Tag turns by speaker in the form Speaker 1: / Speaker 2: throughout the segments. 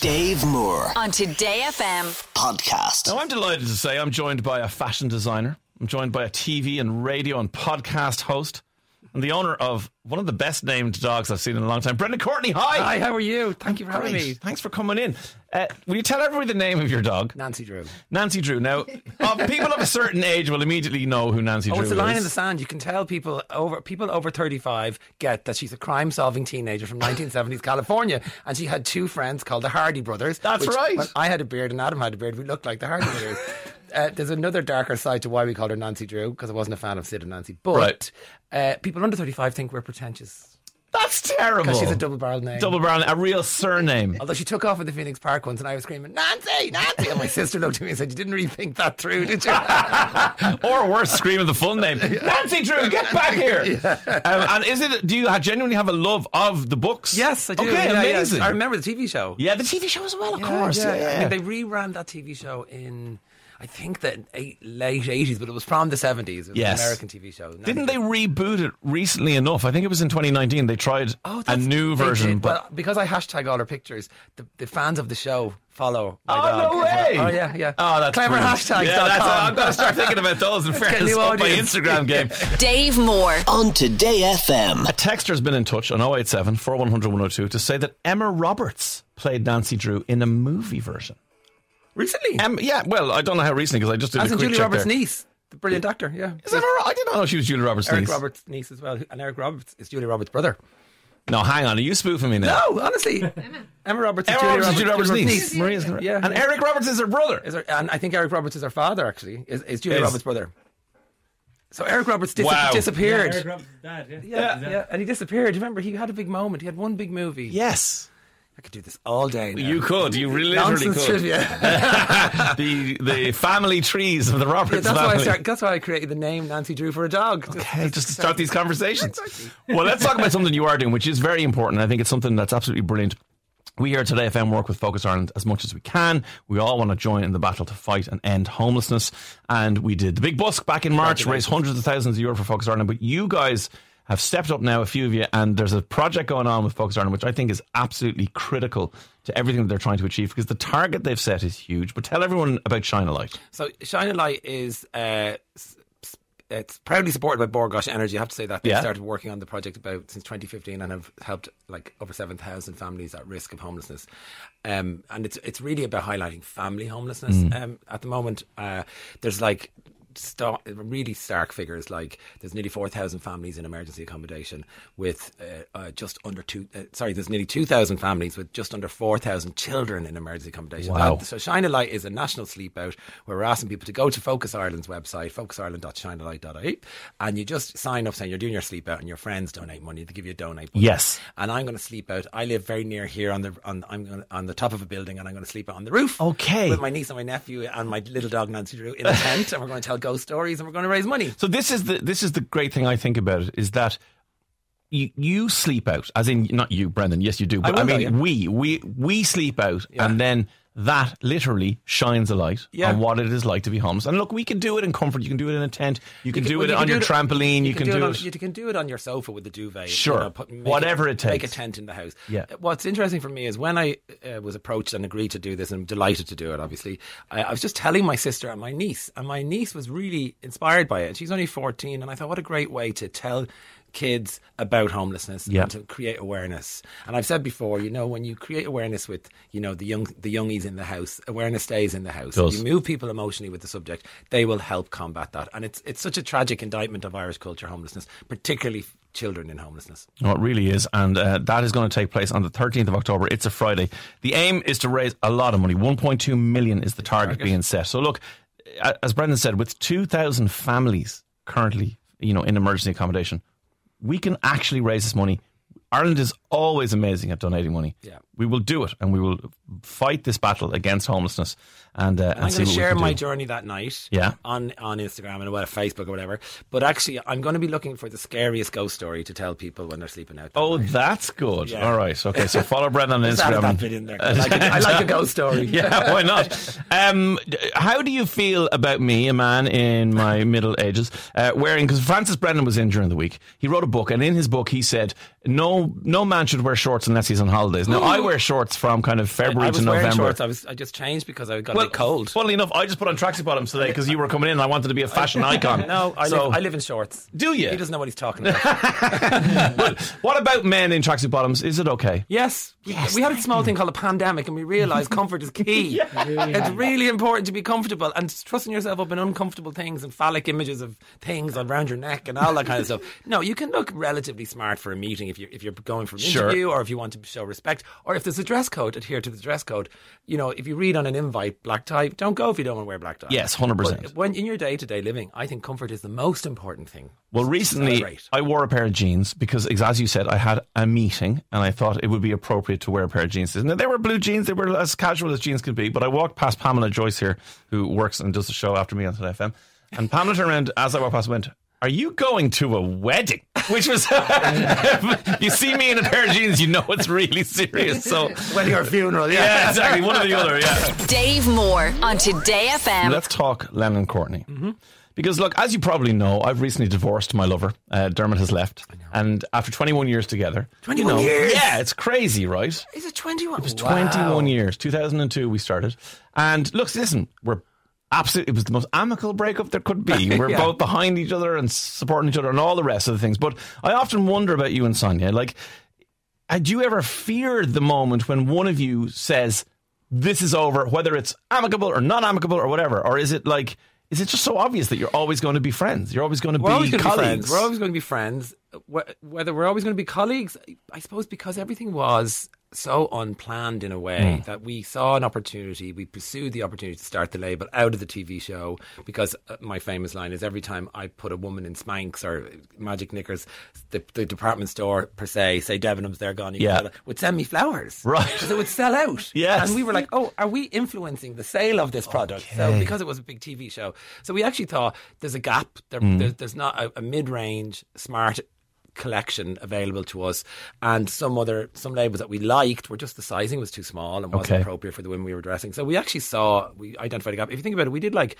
Speaker 1: Dave Moore
Speaker 2: on Today FM.
Speaker 1: podcast.
Speaker 3: Now, I'm delighted to say I'm joined by a fashion designer. I'm joined by a TV and radio and podcast host and the owner of one of the best named dogs I've seen in a long time, Brendan Courtney. Hi.
Speaker 4: Hi, how are you? Thank you for having
Speaker 3: Great.
Speaker 4: me.
Speaker 3: Thanks for coming in. Uh, will you tell everybody the name of your dog,
Speaker 4: Nancy Drew.
Speaker 3: Nancy Drew? Now, uh, people of a certain age will immediately know who Nancy
Speaker 4: Oh,
Speaker 3: Drew
Speaker 4: it's
Speaker 3: is.
Speaker 4: a line in the sand. You can tell people over people over thirty five get that she's a crime solving teenager from nineteen seventies California, and she had two friends called the Hardy Brothers.
Speaker 3: That's
Speaker 4: which-
Speaker 3: right.
Speaker 4: When I had a beard and Adam had a beard. We looked like the Hardy Brothers. Uh, there's another darker side to why we called her Nancy Drew because I wasn't a fan of Sid and Nancy. But uh, people under thirty five think we're pretentious
Speaker 3: That's terrible.
Speaker 4: because she's a double barrel name.
Speaker 3: Double barrel, a real surname.
Speaker 4: Although she took off at the Phoenix Park once, and I was screaming, "Nancy, Nancy!" And my sister looked at me and said, "You didn't really think that through, did you?"
Speaker 3: or worse, screaming the full name. Nancy Drew, get back here! Um, and is it? Do you ha- genuinely have a love of the books?
Speaker 4: Yes, I do.
Speaker 3: Okay,
Speaker 4: Yeah, yeah.
Speaker 3: amazing.
Speaker 4: I remember the TV show.
Speaker 3: Yeah, the TV show as well, of
Speaker 4: Yeah,
Speaker 3: course. Yeah,
Speaker 4: I mean, they reran that TV show in, I think, the eight, late 80s, but it was from the 70s. It was
Speaker 3: Yes.
Speaker 4: an American TV show.
Speaker 3: Didn't they reboot it recently enough? I think it was in 2019. They tried
Speaker 4: Oh,
Speaker 3: a
Speaker 4: that's-
Speaker 3: new
Speaker 4: they
Speaker 3: version,
Speaker 4: did.
Speaker 3: but
Speaker 4: well, because I hashtag all her pictures, the, the fans of the show follow. My
Speaker 3: Oh,
Speaker 4: dog.
Speaker 3: no way!
Speaker 4: Oh yeah, yeah.
Speaker 3: Oh, that's
Speaker 4: clever
Speaker 3: brilliant.
Speaker 4: hashtags.
Speaker 3: Yeah, that's, I'm going to start thinking about those in
Speaker 4: get a
Speaker 3: fairness
Speaker 4: new
Speaker 3: of my
Speaker 4: audience.
Speaker 3: Instagram game.
Speaker 2: Dave Moore.
Speaker 1: On Today FM.
Speaker 3: A texter's been in touch on 087 4100 102 to say that Emma Roberts played Nancy Drew in a movie version.
Speaker 4: Recently,
Speaker 3: Em, yeah, well, I don't know how recently because I just did
Speaker 4: as
Speaker 3: a
Speaker 4: in
Speaker 3: quick
Speaker 4: Julie
Speaker 3: check
Speaker 4: Roberts'
Speaker 3: there.
Speaker 4: niece, the brilliant actor. Yeah,
Speaker 3: Is Emma? Ro- I didn't know she was Julie Roberts'
Speaker 4: Eric
Speaker 3: niece.
Speaker 4: Roberts' niece as well, and Eric Roberts is Julie Roberts' brother.
Speaker 3: No, hang on. Are you spoofing me now?
Speaker 4: No, honestly, Emma, Roberts is
Speaker 3: Emma Roberts is
Speaker 4: Julia Roberts'
Speaker 3: Julie Roberts'
Speaker 4: Julia
Speaker 3: niece. Maria's gonna-
Speaker 4: Yeah,
Speaker 3: and
Speaker 4: yeah.
Speaker 3: Eric Roberts is her brother.
Speaker 4: Is her, and I think Eric Roberts is her father, actually, is, is Julia
Speaker 3: Is.
Speaker 4: Roberts' brother. So Eric Roberts dis-
Speaker 3: Wow.
Speaker 4: disappeared. Yeah,
Speaker 5: dad,
Speaker 4: yeah, and he disappeared. Remember, he had a big moment. He had one big movie.
Speaker 3: yes.
Speaker 4: I could do this all day. Now.
Speaker 3: You could. You really literally
Speaker 4: Nonsense
Speaker 3: could.
Speaker 4: trivia.
Speaker 3: the the family trees of the Roberts
Speaker 4: Yeah, that's
Speaker 3: family.
Speaker 4: why I start, That's why I created the name Nancy Drew for a dog.
Speaker 3: Hey, just to start these conversations. Well, let's talk about something you are doing, which is very important. I think it's something that's absolutely brilliant. We here at Today FM work with Focus Ireland as much as we can. We all want to join in the battle to fight and end homelessness. And we did the big busk back in March, raised hundreds of thousands of euro for Focus Ireland. But you guys have stepped up now, a few of you, and there's a project going on with Focus Ireland, which I think is absolutely critical to everything that they're trying to achieve because the target they've set is huge. But tell everyone about Shine a Light.
Speaker 4: So Shine a Light is uh, s- s- it's proudly supported by Borgosh Energy. I have to say that they
Speaker 3: Yeah.
Speaker 4: started working on the project about since 2015 and have helped like over 7,000 families at risk of homelessness. Um, and it's it's really about highlighting family homelessness.
Speaker 3: Mm.
Speaker 4: Um, at the moment, uh, there's like. Star- really stark figures like there's nearly 4,000 families in emergency accommodation with uh, uh, just under two uh, sorry there's nearly 2,000 families with just under 4,000 children in emergency accommodation
Speaker 3: Wow.
Speaker 4: That- so Shine a Light is a national sleep out where we're asking people to go to Focus Ireland's website, focusisland.shinealight.ie, and you just sign up saying you're doing your sleep out and your friends donate money. They give you a donate. button.
Speaker 3: Yes.
Speaker 4: And I'm going to sleep out. I live very near here on the on I'm going on the top of a building, and I'm going to sleep out on the roof.
Speaker 3: Okay.
Speaker 4: With my niece and my nephew and my little dog Nancy Drew in a tent, and we're going to tell ghost stories, and we're going to raise money.
Speaker 3: So this is the this is the great thing I think about it is that you, you sleep out, as in not you, Brendan. Yes, you do. But I,
Speaker 4: will
Speaker 3: mean,
Speaker 4: though,
Speaker 3: we we we sleep out, and then that literally shines a light
Speaker 4: Yeah.
Speaker 3: on what it is like to be homeless. And look, we can do it in comfort. You can do it in a tent. You can, do
Speaker 4: well,
Speaker 3: it
Speaker 4: you
Speaker 3: on
Speaker 4: can
Speaker 3: your
Speaker 4: do it-
Speaker 3: trampoline. You, can, do,
Speaker 4: on,
Speaker 3: it.
Speaker 4: You can do it on your sofa with the duvet. you
Speaker 3: Sure.
Speaker 4: know, put- make
Speaker 3: Whatever it
Speaker 4: Make a
Speaker 3: takes.
Speaker 4: tent in the house.
Speaker 3: Yeah.
Speaker 4: Uh, What's interesting for me is when I uh, was approached and agreed to do this, and I'm delighted to do it, obviously, I, I was just telling my sister and my niece, and my niece was really inspired by it. She's only 14, and I thought, what a great way to tell kids about homelessness
Speaker 3: Yeah.
Speaker 4: and to create awareness. And I've said before, you know, when you create awareness with, you know, the young the youngies in the house, awareness stays in the house.
Speaker 3: Does.
Speaker 4: You move people emotionally with the subject, they will help combat that. And it's it's such a tragic indictment of Irish culture homelessness, particularly f- children in homelessness.
Speaker 3: No, it really is. And uh, that is going to take place on the 13th of October. It's a Friday. The aim is to raise a lot of money. 1.2 million is the target, being set. So, look, a- as Brendan said, with 2,000 families currently you know, in emergency accommodation, we can actually raise this money. Ireland is always amazing at donating money.
Speaker 4: Yeah.
Speaker 3: We will do it and we will fight this battle against homelessness and, uh, and
Speaker 4: I'm
Speaker 3: see
Speaker 4: going
Speaker 3: what
Speaker 4: to
Speaker 3: we
Speaker 4: share
Speaker 3: can
Speaker 4: my
Speaker 3: do.
Speaker 4: journey that night.
Speaker 3: Yeah.
Speaker 4: On on Instagram and well, Facebook or whatever. But actually, I'm going to be looking for the scariest ghost story to tell people when they're sleeping out.
Speaker 3: Oh, that's good.
Speaker 4: Yeah.
Speaker 3: All right. Okay. So follow Brendan on
Speaker 4: Just added
Speaker 3: Instagram.
Speaker 4: that bit in there. I like, a- I like a ghost story.
Speaker 3: yeah, why not? Um, d- how do you feel about me, a man in my middle ages, uh, wearing? Because Francis Brennan was in during the week. He wrote a book, and in his book, he said, "No, no man should wear shorts unless he's on holidays." Now, I wear shorts from kind of February
Speaker 4: I was
Speaker 3: to
Speaker 4: wearing
Speaker 3: November.
Speaker 4: shorts. I was. I just changed because I got a bit cold.
Speaker 3: Funnily enough, I just put on tracksuit bottoms today because you were coming in. and I wanted to be a fashion icon.
Speaker 4: No, I,
Speaker 3: So-
Speaker 4: live, I live in shorts.
Speaker 3: Do you?
Speaker 4: He doesn't know what he's talking about.
Speaker 3: What about men in tracksuit bottoms? Is it okay?
Speaker 4: yes. Yes. We had a small thing called a pandemic and we realised comfort is key. It's really important to be comfortable and trusting yourself up in uncomfortable things and phallic images of things around your neck and all that kind of stuff. No, you can look relatively smart for a meeting if you're, if you're going for an
Speaker 3: Sure.
Speaker 4: interview or if you want to show respect or if there's a dress code, adhere to the dress code. You know, if you read on an invite black tie, don't go if you don't want to wear black tie.
Speaker 3: Yes, 100%.
Speaker 4: But When in your day to day living, I think comfort is the most important thing.
Speaker 3: Well, recently
Speaker 4: celebrate.
Speaker 3: I wore a pair of jeans because, ex- as you said, I had a meeting and I thought it would be appropriate to wear a pair of jeans. Now, they were blue jeans, they were as casual as jeans could be, but I walked past Pamela Joyce here, who works and does the show after me on Today FM. And Pamela turned around as I walked past and went, Are you going to a wedding? Which was, you see me in a pair of jeans, you know it's really serious. So,
Speaker 4: When your funeral,
Speaker 3: yeah, exactly. One or the other, yeah.
Speaker 2: Dave Moore on Today FM.
Speaker 3: Let's talk Lennon Courtney. Because, look, as you probably know, I've recently divorced my lover. Uh, Dermot has left. And after 21 years together.
Speaker 4: 21 years?
Speaker 3: Yeah, it's crazy, right?
Speaker 4: Is it 21? It was
Speaker 3: 21 years. 2002, we started. And look, listen, we're absolutely, it was the most amicable breakup there could be. We're
Speaker 4: Yeah.
Speaker 3: both behind each other and supporting each other and all the rest of the things. But I often wonder about you and Sonia. Like, uh, do you ever fear the moment when one of you says, this is over, whether it's amicable or non amicable or whatever? Or is it like, is it just so obvious that you're always going to be friends? You're always going to
Speaker 4: We're always
Speaker 3: be
Speaker 4: going to be
Speaker 3: colleagues?
Speaker 4: friends. We're always going to be friends. Wh- Whether we're always going to be colleagues, I suppose because everything was so unplanned in a way
Speaker 3: Hmm.
Speaker 4: that we saw an opportunity, we pursued the opportunity to start the label out of the TV show because uh, my famous line is every time I put a woman in Spanx or Magic Knickers, the, the department store per se, say Debenhams, they're gone, you can
Speaker 3: Yeah.
Speaker 4: sell it, would send me flowers.
Speaker 3: Right.
Speaker 4: Because it would sell out.
Speaker 3: Yes.
Speaker 4: And we were like, oh, are we influencing the sale of this product? So because it was a big TV show, so we actually thought there's a gap. There,
Speaker 3: Mm-hmm.
Speaker 4: there, there's not a, a mid-range smart collection available to us, and some other some labels that we liked were just the sizing was too small and wasn't
Speaker 3: Okay.
Speaker 4: appropriate for the women we were dressing. So we actually saw we identified a gap. If you think about it, we did like.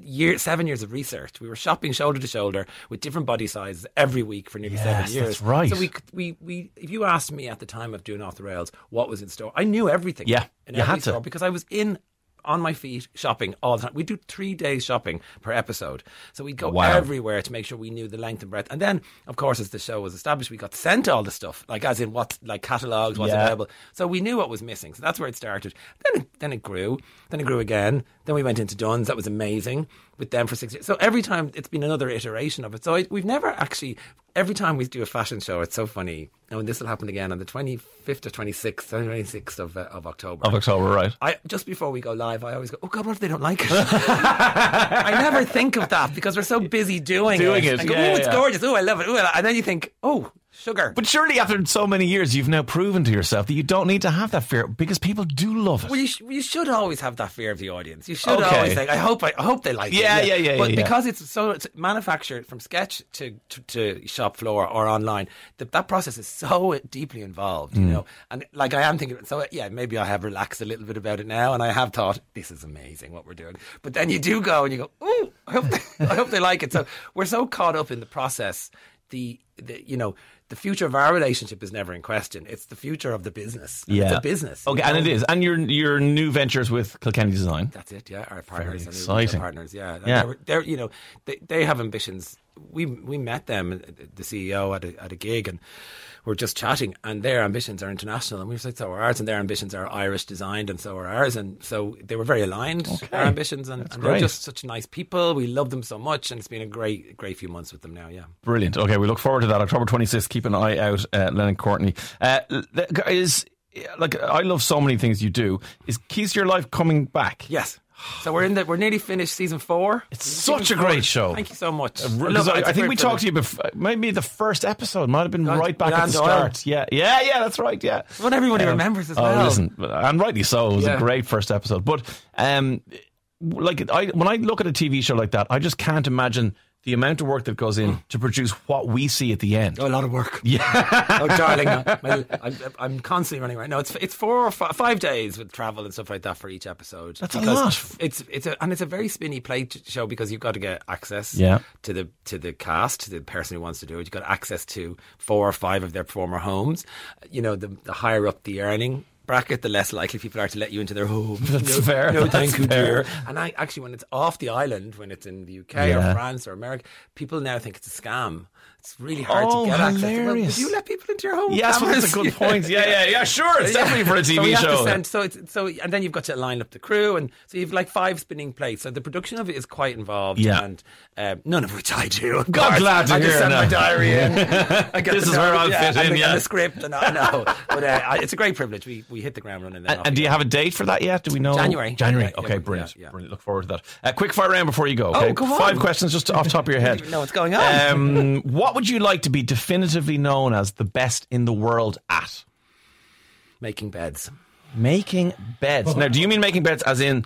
Speaker 4: Year seven years of research. We were shopping shoulder to shoulder with different body sizes every week for nearly seven
Speaker 3: Yes,
Speaker 4: years.
Speaker 3: that's right.
Speaker 4: So we, c- we, we. If you asked me at the time of doing off the rails, what was in store? I knew everything
Speaker 3: Yeah,
Speaker 4: in
Speaker 3: you
Speaker 4: every
Speaker 3: had to.
Speaker 4: store because I was in on my feet shopping all the time. We do three days shopping per episode, so we'd go
Speaker 3: Wow.
Speaker 4: everywhere to make sure we knew the length and breadth. And then, of course, as the show was established, we got sent all the stuff, like as in what like catalogs, what's
Speaker 3: Yeah.
Speaker 4: available. So we knew what was missing. So that's where it started. Then it, then it grew. Then it grew again. Then we went into Dunn's. That was amazing with them for six years. So every time it's been another iteration of it. So I, we've never actually, every time we do a fashion show, it's so funny. And this will happen again on the 25th or 26th, 26th of, uh, of October.
Speaker 3: Of October, right?
Speaker 4: I just before we go live, I always go, "Oh God, what if they don't like it?" I never think of that because we're so busy doing,
Speaker 3: Doing
Speaker 4: it.
Speaker 3: it,
Speaker 4: I go,
Speaker 3: yeah,
Speaker 4: "Ooh, it's
Speaker 3: yeah.
Speaker 4: gorgeous! Ooh, I love it!" Ooh, I lo-" and then you think, "Oh, sugar."
Speaker 3: But surely after so many years, you've now proven to yourself that you don't need to have that fear because people do love it.
Speaker 4: well, you, sh- you should always have that fear of the audience. You should
Speaker 3: Okay.
Speaker 4: always think, "I hope, I, I hope they like
Speaker 3: Yeah,
Speaker 4: it."
Speaker 3: yeah, yeah,
Speaker 4: But
Speaker 3: yeah, yeah.
Speaker 4: because it's so it's manufactured from sketch to, to, to shop floor or online, th- that process is so deeply involved,
Speaker 3: Mm.
Speaker 4: you know. And like I am thinking, so yeah, maybe I have relaxed a little bit about it now, and I have thought this is amazing what we're doing. But then you do go and you go, "Ooh, I hope they, I hope they like it." So we're so caught up in the process. The, the you know the future of our relationship is never in question. It's the future of the business. And it's a business. you
Speaker 3: Okay, and
Speaker 4: know?
Speaker 3: it is. And your your new ventures with Kilkenny Design.
Speaker 4: That's it. Yeah, our partners, our new
Speaker 3: exciting.
Speaker 4: partners. Yeah, Like,
Speaker 3: Yeah.
Speaker 4: They're, they're, you know they, they have ambitions. We we met them uh, the CEO at a, at a gig and we are just chatting and their ambitions are international and we were like so are ours and their ambitions are Irish designed and so are ours and so they were very aligned our ambitions and, and they're
Speaker 3: great.
Speaker 4: just such nice people. We love them so much and it's been a great great few months with them now. Yeah.
Speaker 3: Brilliant. Okay, we look forward to that. October 26th. Keep an eye out, uh, Lennon Courtney. Uh, l- is like I love so many things you do. Is Keys to Your Life coming back?
Speaker 4: Yes. So we're in the we're nearly finished season four.
Speaker 3: It's
Speaker 4: Season
Speaker 3: such a
Speaker 4: four.
Speaker 3: great show.
Speaker 4: Thank you so much.
Speaker 3: Because I, I think we talked to you before. Maybe the first episode might have been
Speaker 4: God,
Speaker 3: right back at
Speaker 4: Grand
Speaker 3: the
Speaker 4: Isle.
Speaker 3: start. Yeah, yeah, yeah. That's right. Yeah,
Speaker 4: what everybody remembers as
Speaker 3: oh,
Speaker 4: well.
Speaker 3: Listen, and rightly so. It was a
Speaker 4: Yeah.
Speaker 3: great first episode. But um, like I, when I look at a TV show like that, I just can't imagine the amount of work that goes in to produce what we see at the end.
Speaker 4: Oh, a lot of work. Yeah. oh, darling, I- my- I'm, I'm constantly running around. No, it's it's four or five, five days with travel and stuff like that for each episode.
Speaker 3: That's a
Speaker 4: Because
Speaker 3: lot.
Speaker 4: It's it's a, and it's a very spinny plate show because you've got to get access
Speaker 3: Yeah.
Speaker 4: to the to the cast, to the person who wants to do it. You've got access to four or five of their former homes. You know, the, the higher up the earning. Bracket the less likely people are to let you into their home.
Speaker 3: That's
Speaker 4: no,
Speaker 3: fair.
Speaker 4: No,
Speaker 3: That's
Speaker 4: thank you,
Speaker 3: fair.
Speaker 4: dear. And I actually, when it's off the island, when it's in the UK
Speaker 3: Yeah.
Speaker 4: or France or America, people now think it's a scam. It's really hard
Speaker 3: Oh,
Speaker 4: to get access. to- Well,
Speaker 3: hilarious.
Speaker 4: would you let people into your home?
Speaker 3: Yes, well,
Speaker 4: cameras?
Speaker 3: that's a good point. Yeah, yeah, yeah. Sure, it's definitely for a
Speaker 4: so we
Speaker 3: TV
Speaker 4: have to
Speaker 3: show.
Speaker 4: send- so it's so, and then you've got to line up the crew, and so you've like five spinning plates. So the production of it is quite involved,
Speaker 3: Yeah.
Speaker 4: and um, none of which I do. Of
Speaker 3: God,
Speaker 4: course.
Speaker 3: glad to
Speaker 4: I just
Speaker 3: hear
Speaker 4: send
Speaker 3: now.
Speaker 4: my diary in. I get
Speaker 3: This
Speaker 4: the
Speaker 3: is where I'll
Speaker 4: notes,
Speaker 3: fit
Speaker 4: and
Speaker 3: in,
Speaker 4: the,
Speaker 3: yeah.
Speaker 4: and the script, and I know. But uh, I- it's a great privilege. We we hit the ground running. Then
Speaker 3: And,
Speaker 4: off
Speaker 3: and do
Speaker 4: we
Speaker 3: you
Speaker 4: go.
Speaker 3: have a date for that yet? Do we know?
Speaker 4: January.
Speaker 3: January.
Speaker 4: Yeah, yeah,
Speaker 3: okay,
Speaker 4: yeah,
Speaker 3: brilliant.
Speaker 4: yeah. Oh,
Speaker 3: brilliant. Look forward to that. Uh, quick fire round before you go. Okay?
Speaker 4: go on.
Speaker 3: Five questions just off the top of your head.
Speaker 4: even know what's going on.
Speaker 3: Um, what would you like to be definitively known as the best in the world at?
Speaker 4: making beds?
Speaker 3: Making beds. Now, do you mean making beds as in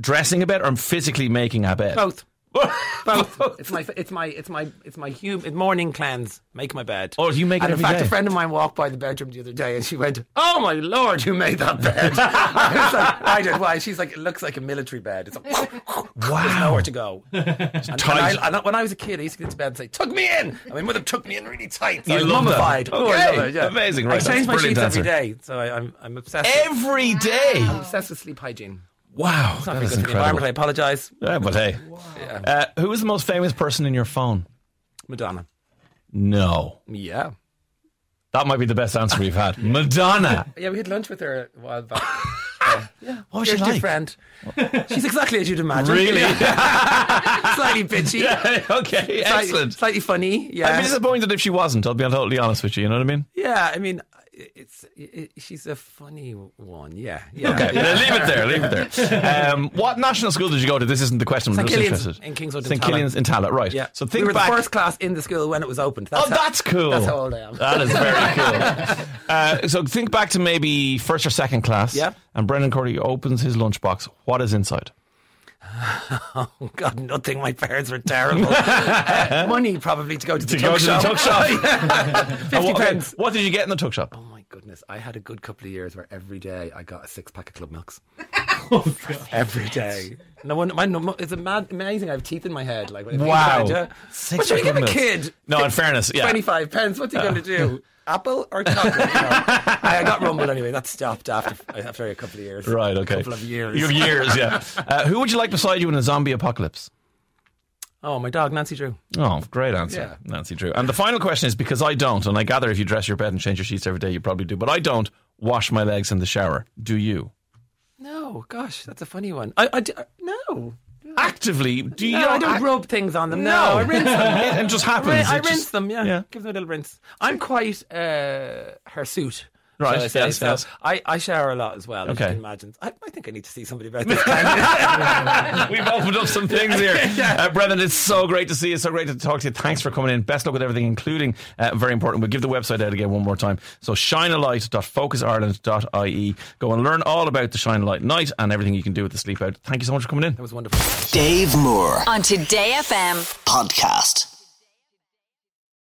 Speaker 3: dressing a bed or physically making a bed?
Speaker 4: Both. Both. it's my it's my it's my it's my hum- morning cleanse. Make my bed.
Speaker 3: Oh, you make it
Speaker 4: And
Speaker 3: every
Speaker 4: in fact,
Speaker 3: day?
Speaker 4: a friend of mine walked by the bedroom the other day, and she went, "Oh my lord, you made that bed!" I was like, "I did." Why? She's like, "It looks like a military bed." It's like, wow, there's nowhere to go. and, and I,
Speaker 3: tight.
Speaker 4: and I- when I was a kid, I used to get to bed and say, "Tug me in," and my mother took me in really tight. So
Speaker 3: You
Speaker 4: I was
Speaker 3: love that.
Speaker 4: mummified. Oh, I
Speaker 3: Okay.
Speaker 4: love it, yeah.
Speaker 3: Amazing, right,
Speaker 4: I
Speaker 3: that's
Speaker 4: change my
Speaker 3: brilliant
Speaker 4: sheets every
Speaker 3: answer.
Speaker 4: day, so I, I'm I'm obsessed. with-
Speaker 3: Every day.
Speaker 4: obsessed with sleep hygiene.
Speaker 3: Wow.
Speaker 4: It's
Speaker 3: that
Speaker 4: not very
Speaker 3: is
Speaker 4: good for the environment. I
Speaker 3: incredible.
Speaker 4: apologise,
Speaker 3: Yeah, but hey. Uh, who is the most famous person in your phone?
Speaker 4: Madonna.
Speaker 3: No.
Speaker 4: Yeah.
Speaker 3: That might be the best answer we've had. Madonna.
Speaker 4: Yeah, we had lunch with her a while back. yeah.
Speaker 3: What was
Speaker 4: Dear-
Speaker 3: she
Speaker 4: dear
Speaker 3: like?
Speaker 4: friend. She's exactly as you'd imagine.
Speaker 3: Really?
Speaker 4: Slightly bitchy.
Speaker 3: okay,
Speaker 4: Slightly,
Speaker 3: excellent.
Speaker 4: Slightly funny. Yeah.
Speaker 3: I'd be disappointed if she wasn't. I'll be totally honest with you. You know what I mean?
Speaker 4: yeah, I mean, it's it, she's a funny one. Yeah. yeah.
Speaker 3: Okay,
Speaker 4: Yeah.
Speaker 3: leave it there. Leave it there. Um, what national school did you go to? This isn't the question. I'm
Speaker 4: St.
Speaker 3: just
Speaker 4: Killian's
Speaker 3: interested.
Speaker 4: in Kingswood in
Speaker 3: St
Speaker 4: Tallaght.
Speaker 3: Killian's in Tallaght, right?
Speaker 4: Yeah.
Speaker 3: So think
Speaker 4: we were
Speaker 3: back.
Speaker 4: the first class in the school when it was opened. That's
Speaker 3: oh,
Speaker 4: how-
Speaker 3: that's cool.
Speaker 4: That's how old I am.
Speaker 3: That is very cool. Uh, so think back to maybe first or second class.
Speaker 4: Yeah.
Speaker 3: And Brendan Cordy opens his lunchbox. What is inside?
Speaker 4: Oh, God, nothing. My parents were terrible. Uh, money probably to go to the tuck shop.
Speaker 3: And
Speaker 4: Fifty
Speaker 3: what,
Speaker 4: pence.
Speaker 3: What did you get in the tuck shop?
Speaker 4: Oh my goodness! I had a good couple of years where every day I got a six pack of Club Milks.
Speaker 3: Oh,
Speaker 4: every day. No one. My, no, it's a mad, amazing. I have teeth in my head. Like when I think
Speaker 3: Wow.
Speaker 4: about it, yeah.
Speaker 3: Six
Speaker 4: what should I
Speaker 3: pack
Speaker 4: give
Speaker 3: of
Speaker 4: a
Speaker 3: Milks.
Speaker 4: kid?
Speaker 3: No, in fairness, yeah.
Speaker 4: Twenty-five pence. What's he going to do? Apple or chocolate? No. I got rumbled anyway. That stopped after after a couple of years.
Speaker 3: Right. Okay.
Speaker 4: A couple of years.
Speaker 3: Your years. Yeah. Uh, who would you like beside you in a zombie apocalypse?
Speaker 4: oh, my dog Nancy Drew.
Speaker 3: Oh, great answer,
Speaker 4: Yeah.
Speaker 3: Nancy Drew. And the final question is because I don't, and I gather if you dress your bed and change your sheets every day, you probably do, but I don't wash my legs in the shower. Do you?
Speaker 4: No, gosh, that's a funny one. I, I d- no.
Speaker 3: Actively, do you?
Speaker 4: No, I don't
Speaker 3: act-
Speaker 4: rub things on them. No,
Speaker 3: No.
Speaker 4: I rinse them.
Speaker 3: It just happens.
Speaker 4: Rin- I
Speaker 3: It
Speaker 4: rinse
Speaker 3: just-
Speaker 4: them, yeah.
Speaker 3: yeah.
Speaker 4: Give them a little rinse. I'm quite uh, hirsute.
Speaker 3: Right,
Speaker 4: shall I say.
Speaker 3: yes,
Speaker 4: so
Speaker 3: yes.
Speaker 4: I, I shower a lot as well.
Speaker 3: Okay.
Speaker 4: Okay. Imagine. I, I think I need to see somebody about this. kind
Speaker 3: We've opened up some things here. Uh, Brendan, it's so great to see you. So great to talk to you. Thanks for coming in. Best luck with everything, including, uh, very important, we'll give the website out again one more time. So shinealight.focusIreland.ie. Go and learn all about the Shine a Light Night and everything you can do with the sleep out. Thank you so much for coming in.
Speaker 4: that was wonderful.
Speaker 1: Dave Moore
Speaker 2: on Today FM.
Speaker 1: podcast.